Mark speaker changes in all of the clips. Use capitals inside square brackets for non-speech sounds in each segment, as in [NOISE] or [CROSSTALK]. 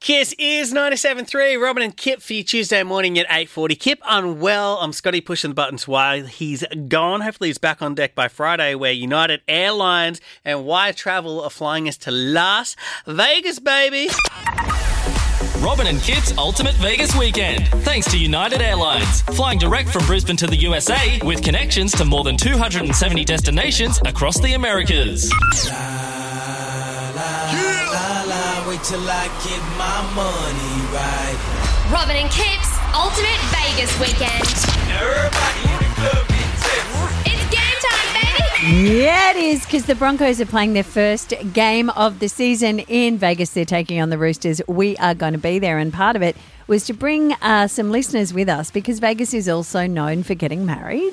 Speaker 1: Kiss is 97.3. Robin and Kip for you Tuesday morning at 8.40. Kip unwell. I'm Scotty pushing the buttons while he's gone. Hopefully he's back on deck by Friday where United Airlines and Wire Travel are flying us to Las Vegas, baby.
Speaker 2: Robin and Kip's Ultimate Vegas Weekend. Thanks to United Airlines. Flying direct from Brisbane to the USA with connections to more than 270 destinations across the Americas.
Speaker 3: La la, wait till I get my money right.
Speaker 4: Robin and Kip's Ultimate Vegas Weekend.
Speaker 3: Everybody in the club get tipsy.
Speaker 4: It's game time, baby!
Speaker 5: Yeah, it is because the Broncos are playing their first game of the season in Vegas. They're taking on the Roosters. We are going to be there, and part of it was to bring uh, some listeners with us because Vegas is also known for getting married.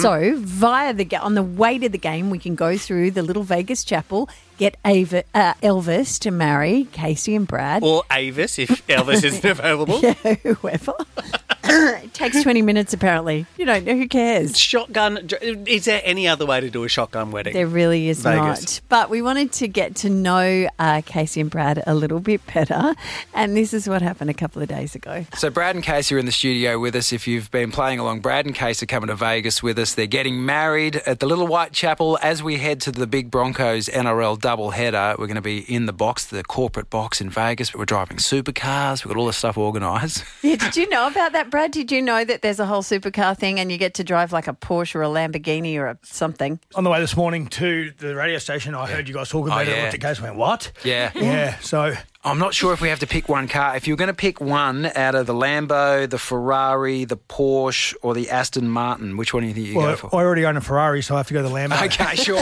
Speaker 5: So, via the ga- on the way to the game, we can go through the little Vegas chapel, get Ava, uh, Elvis to marry Casey and Brad,
Speaker 1: Or Avis if Elvis isn't available.
Speaker 5: [LAUGHS] whoever. [COUGHS] it takes twenty minutes, apparently. You don't know who cares.
Speaker 1: Shotgun. Is there any other way to do a shotgun wedding?
Speaker 5: There really is
Speaker 1: Vegas.
Speaker 5: not. But we wanted to get to know uh, Casey and Brad a little bit better. And this is what happened a couple of days ago. [LAUGHS]
Speaker 6: So Brad and Casey are in the studio with us. If you've been playing along, Brad and Casey are coming to Vegas with us. They're getting married at the Little White Chapel as we head to the Big Broncos NRL doubleheader. We're going to be in the box, the corporate box in Vegas. We're driving supercars. We've got all this stuff organised.
Speaker 5: Yeah, did you know about that, Brad? Did you know that there's a whole supercar thing and you get to drive like a Porsche or a Lamborghini or a something? [LAUGHS]
Speaker 7: on the way this morning to the radio station, I heard you guys talking about it.
Speaker 6: yeah.
Speaker 7: I looked at Case and went, what?
Speaker 6: Yeah.
Speaker 7: Yeah. So
Speaker 6: I'm not sure if we have to pick one car. If you're going to pick one out of the Lambo, the Ferrari, the Porsche, or the Aston Martin, which one do you think you
Speaker 7: well,
Speaker 6: go for?
Speaker 7: I already own a Ferrari, so I have to go to the Lambo.
Speaker 6: Okay, sure.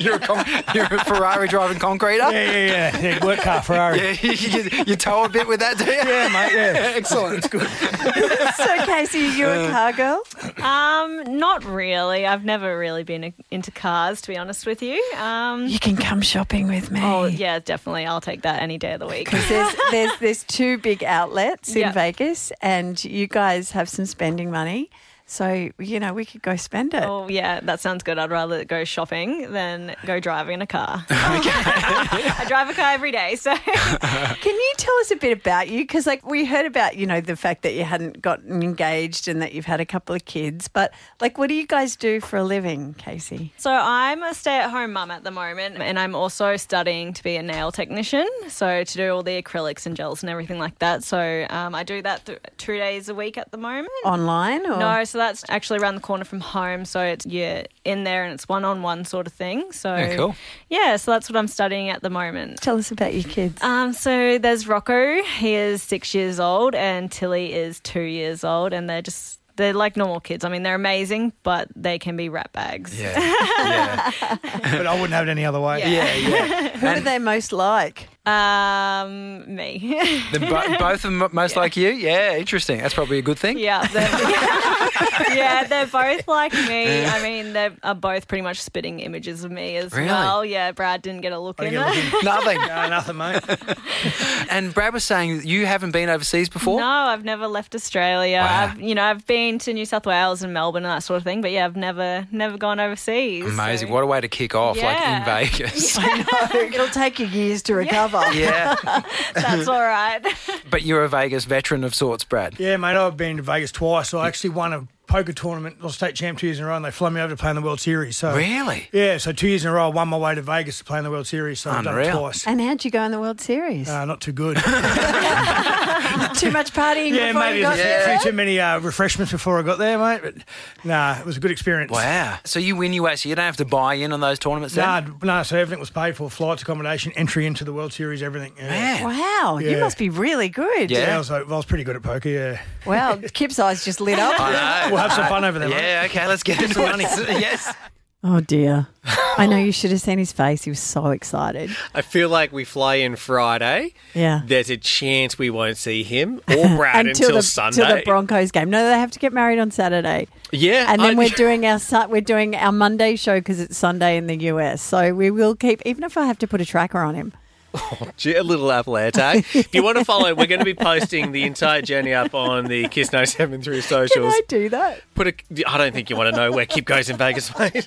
Speaker 6: [LAUGHS] you're, a con- you're a Ferrari driving concreter.
Speaker 7: Yeah, yeah, yeah. yeah work car, Ferrari.
Speaker 6: Yeah, [LAUGHS] you, you, you toe a bit with that, do you? Yeah,
Speaker 7: mate,
Speaker 6: [LAUGHS]
Speaker 7: yeah.
Speaker 6: Excellent. It's good.
Speaker 5: So, Casey, are you a car girl?
Speaker 8: Um, not really. I've never really been a- into cars, to be honest with you. Um,
Speaker 5: You can come shopping with me.
Speaker 8: oh yeah, definitely. I'll take that any day of the week.
Speaker 5: There's, there's there's two big outlets in
Speaker 8: Yeah.
Speaker 5: Vegas, and you guys have some spending money, so you know we could go spend it.
Speaker 8: [LAUGHS] Oh yeah, that sounds good. I'd rather go shopping than go driving in a car. [LAUGHS] I drive a car every day, so [LAUGHS]
Speaker 5: Can you tell us a bit about you? Because, like, we heard about, you know, the fact that you hadn't gotten engaged and that you've had a couple of kids. But, like, what do you guys do for a living, Casey?
Speaker 8: So I'm a stay-at-home mum at the moment, and I'm also studying to be a nail technician. So to do all the acrylics and gels and everything like that. So um, I do that th- two days a week at the moment.
Speaker 5: Online? Or?
Speaker 6: Oh.
Speaker 8: No, so that's actually around the corner from home. So it's you're in there and it's one-on-one sort of thing. So
Speaker 6: Yeah, cool.
Speaker 8: Yeah, so that's what I'm studying at the moment.
Speaker 5: Tell us about your kids.
Speaker 8: Um, so there's Rocco. He is six years old, and Tilly is two years old, and they're just. They're like normal kids. I mean, they're amazing, but they can be rat bags.
Speaker 6: Yeah. yeah.
Speaker 7: But I wouldn't have it any other way.
Speaker 6: Yeah, yeah.
Speaker 5: Who are they most
Speaker 8: [LAUGHS]
Speaker 5: like?
Speaker 8: Um, me. [LAUGHS]
Speaker 6: The, bo- both of them most like you? Yeah, interesting. That's probably a good thing.
Speaker 8: yeah, they're, [LAUGHS] yeah, they're both like me. I mean, they are both pretty much spitting images of me as
Speaker 6: Really?
Speaker 8: well. Yeah, Brad didn't get a look
Speaker 7: I
Speaker 8: in.
Speaker 7: didn't get
Speaker 8: [LAUGHS]
Speaker 7: a look
Speaker 6: [LAUGHS]
Speaker 7: in.
Speaker 6: Nothing.
Speaker 7: No, nothing, mate.
Speaker 6: And Brad was saying you haven't been overseas before?
Speaker 8: No, I've never left Australia.
Speaker 6: Wow.
Speaker 8: I've, you know, I've been to New South Wales and Melbourne and that sort of thing, but yeah, I've never, never gone overseas.
Speaker 6: Amazing.
Speaker 8: so-
Speaker 6: What a way to kick off,
Speaker 8: Yeah.
Speaker 6: like in Vegas.
Speaker 5: It'll take you years to recover.
Speaker 6: Yeah.
Speaker 8: That's
Speaker 6: [LAUGHS]
Speaker 8: all right.
Speaker 6: But you're a Vegas veteran of sorts, Brad.
Speaker 7: Yeah, mate, I've been to Vegas twice. I actually won a poker tournament, or state champ two years in a row, and they flew me over to play in the World Series. So
Speaker 6: Really?
Speaker 7: Yeah, so two years in a row, I won my way to Vegas to play in the World Series. So I've done it
Speaker 6: Unreal.
Speaker 7: twice.
Speaker 5: And how'd you go in the World Series?
Speaker 7: Uh, not too good.
Speaker 5: [LAUGHS] Too much partying
Speaker 7: Yeah,
Speaker 5: before
Speaker 7: maybe
Speaker 5: you got
Speaker 7: a
Speaker 5: there? eh?
Speaker 7: few too many uh, refreshments before I got there, mate. But nah, it was a good experience.
Speaker 6: Wow. So you win, you wait, so you don't have to buy in on those tournaments then?
Speaker 7: Nah, nah, so everything was paid for flights, accommodation, entry into the World Series, everything. Yeah.
Speaker 6: Man.
Speaker 5: [LAUGHS] Wow, you
Speaker 7: Yeah.
Speaker 5: must be really good.
Speaker 6: Yeah.
Speaker 7: Yeah, I was, like, I was pretty good at poker, yeah.
Speaker 5: Wow, Kip's eyes just lit
Speaker 7: [LAUGHS]
Speaker 5: up.
Speaker 6: I know.
Speaker 7: We'll have some fun over there, mate.
Speaker 6: Uh, Yeah, okay, let's get into it. yes.
Speaker 5: Oh, dear. I know you should have seen his face. He was so excited.
Speaker 1: I feel like we fly in Friday.
Speaker 5: Yeah.
Speaker 1: There's a chance we won't see him
Speaker 5: [LAUGHS]
Speaker 1: or Brad until,
Speaker 5: the,
Speaker 1: Sunday.
Speaker 5: Till the Broncos game. No, they have to get married on Saturday.
Speaker 1: Yeah,
Speaker 5: and then
Speaker 1: I- [LAUGHS]
Speaker 5: we're doing our Sun- we're doing our Monday show because it's Sunday in the US. So we will keep, even if I have to put a tracker on him.
Speaker 1: Gee, a little Atlanta. if you want to follow, we're going to be posting the entire journey up on the Kiss 97 through
Speaker 5: Can
Speaker 1: socials.
Speaker 5: I do that?
Speaker 1: Put a, I don't think you want to know where Kip goes in Vegas, mate.